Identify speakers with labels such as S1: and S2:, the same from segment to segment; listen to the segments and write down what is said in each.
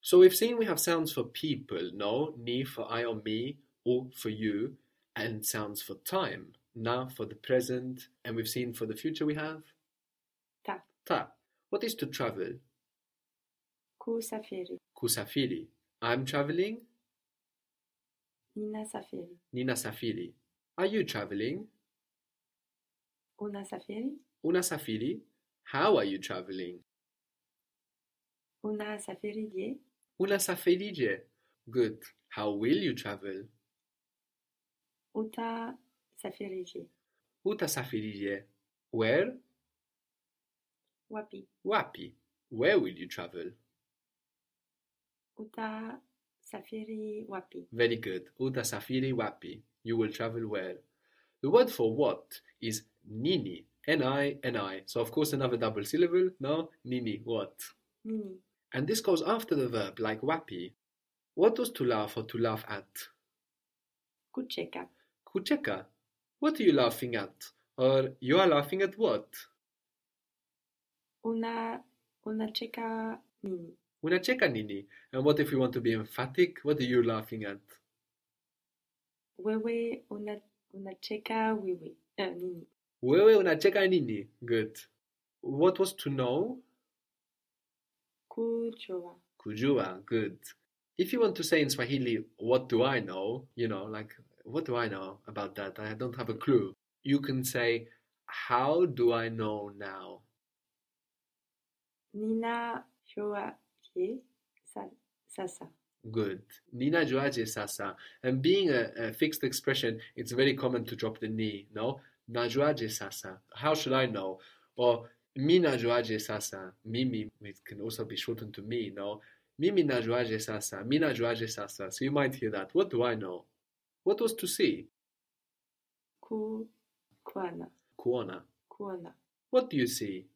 S1: So we've seen we have sounds for people, no, ni for I or me, u for you, and sounds for time, na for the present, and we've seen for the future we have
S2: Ta.
S1: ta. What is to travel?
S2: Kusafiri.
S1: Kusafiri. I'm traveling,
S2: Ninasafiri.
S1: nina safiri. Are you traveling?
S2: Unasafiri?
S1: Unasafiri. How are you traveling?
S2: Unasafiri je?
S1: Unasafirije. Good. How will you travel?
S2: Utasafiri je?
S1: Utasafirije. Where?
S2: Wapi?
S1: Wapi. Where will you travel?
S2: Utasafiri wapi?
S1: Very good. Utasafiri wapi. You will travel where? The word for what is nini. N-I, N-I. So of course another double syllable. No, nini, what?
S2: Nini?
S1: And this goes after the verb, like wapi. What was to laugh or to laugh at?
S2: Kucheka.
S1: Kucheka. What are you laughing at? Or you are laughing at what?
S2: Una, unacheka nini?
S1: Unacheka nini? And what if we want to be emphatic? What are you laughing at?
S2: Wewe una, unacheka wewe. Eh, nini?
S1: Wewe unacheka nini? Good. What was to know?
S2: Kujua.
S1: Kujua. uh, Good. If you want to say in Swahili, what do I know? You know, like, what do I know about that? I don't have a clue. You can say, how do I know now?
S2: Ninajua je? Sa, sasa.
S1: Good. Nina juaje sasa. And being a, a fixed expression, it's very common to drop the ni, no? Na juaje sasa. How should I know? Or mi na juaje sasa. Mimi, it can also be shortened to me, no? Mimi na juaje sasa. Mi na juaje sasa. So you might hear that. What do I know? What was to see?
S2: Ku, kuana.
S1: Kuona.
S2: Kuona.
S1: What do you see?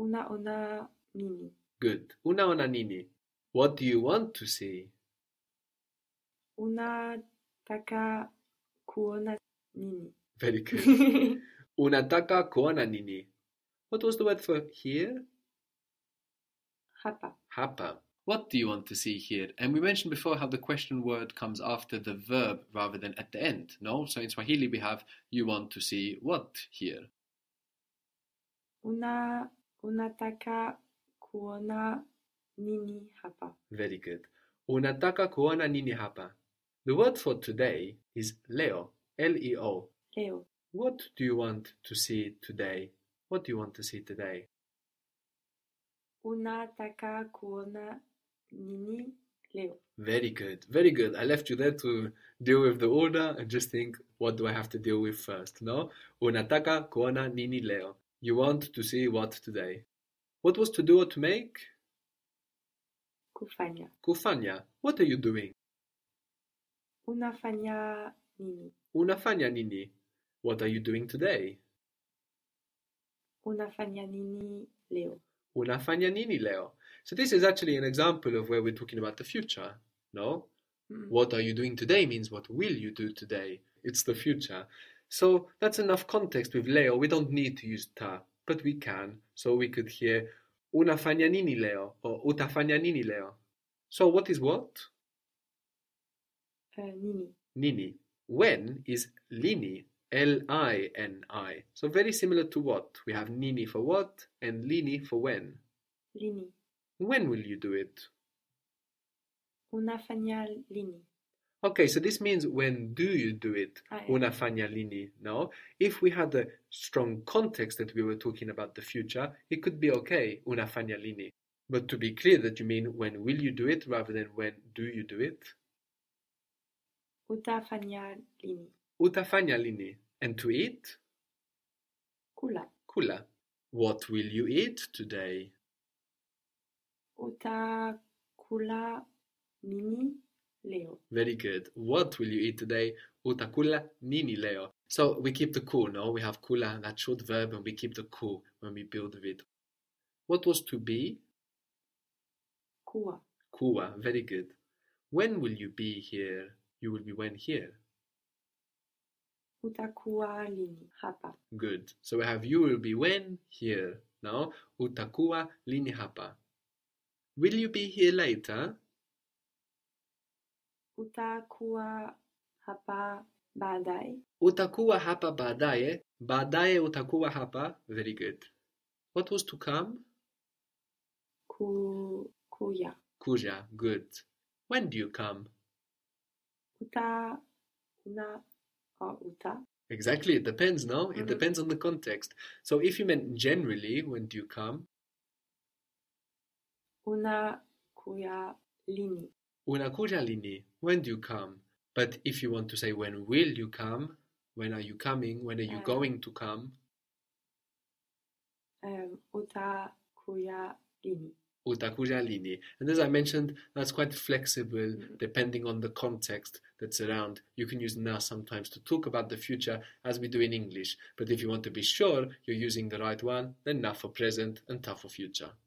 S2: Unaona nini?
S1: Good. Unaona nini? What do you want to see?
S2: Unataka kuona nini?
S1: Very good. Unataka kuona nini? What was the word for here?
S2: Hapa.
S1: Hapa. What do you want to see here? And we mentioned before how the question word comes after the verb rather than at the end, no? So in Swahili we have you want to see what here?
S2: Una, unataka kuona nini hapa?
S1: Very good. Unataka kuona nini hapa? The word for today is leo, L E O.
S2: Leo.
S1: What do you want to see today? What do you want to see today?
S2: Unataka kuona nini leo?
S1: Very good, very good. I left you there to deal with the order and just think, what do I have to deal with first? No? Unataka kuona nini leo? You want to see what today? What was to do or to make?
S2: Kufanya.
S1: Kufanya. What are you doing?
S2: Unafanya nini?
S1: Unafanya nini? What are you doing today?
S2: Unafanya nini leo?
S1: Unafanya nini leo? So this is actually an example of where we're talking about the future. No?
S2: Mm.
S1: What are you doing today means what will you do today? It's the future. So that's enough context with Leo. We don't need to use ta, but we can. So we could hear una fagna nini Leo or uta fagna nini Leo. So what is what?
S2: Eh, nini?
S1: Nini. When is lini? L I N I. So very similar to what. We have nini for what and lini for when.
S2: Lini?
S1: When will you do it?
S2: Unafanya lini?
S1: Okay, so this means when do you do it?
S2: Ah, yeah.
S1: Una fagna lini? No. If we had a strong context that we were talking about the future, it could be okay, una fagna lini. But to be clear that you mean when will you do it rather than when do you do it?
S2: Utafanya lini?
S1: Uta fagna lini. And to eat?
S2: Kula.
S1: Kula. What will you eat today?
S2: Utakula nini leo?
S1: Very good. What will you eat today? Utakula nini leo? So we keep the ku, no? We have kula, that short verb, and we keep the ku when we build with it. What was to be?
S2: Kuwa.
S1: Kuwa, very good. When will you be here? You will be when here.
S2: Utakuwa lini hapa?
S1: Good. So we have you will be when here. Now, utakuwa lini hapa? Will you be here later?
S2: Utakuwa hapa baadaye.
S1: Utakuwa hapa baadaye. Baadaye utakuwa hapa. Very good. What was to come?
S2: Ku, kuja.
S1: Kuja. Good. When do you come?
S2: Uta, una, or uta.
S1: Exactly. It depends, no? It
S2: Mhm.
S1: depends on the context. So if you meant generally, when do you come?
S2: Una kuya lini.
S1: Unakuja lini? When do you come? But if you want to say when will you come? When are you coming? When are you
S2: Ah.
S1: going to come?
S2: Um, uta kuya lini.
S1: Utakuja lini. And as I mentioned, that's quite flexible
S2: Mhm.
S1: depending on the context that's around. You can use now sometimes to talk about the future as we do in English. But if you want to be sure you're using the right one, then na for present and ta for future.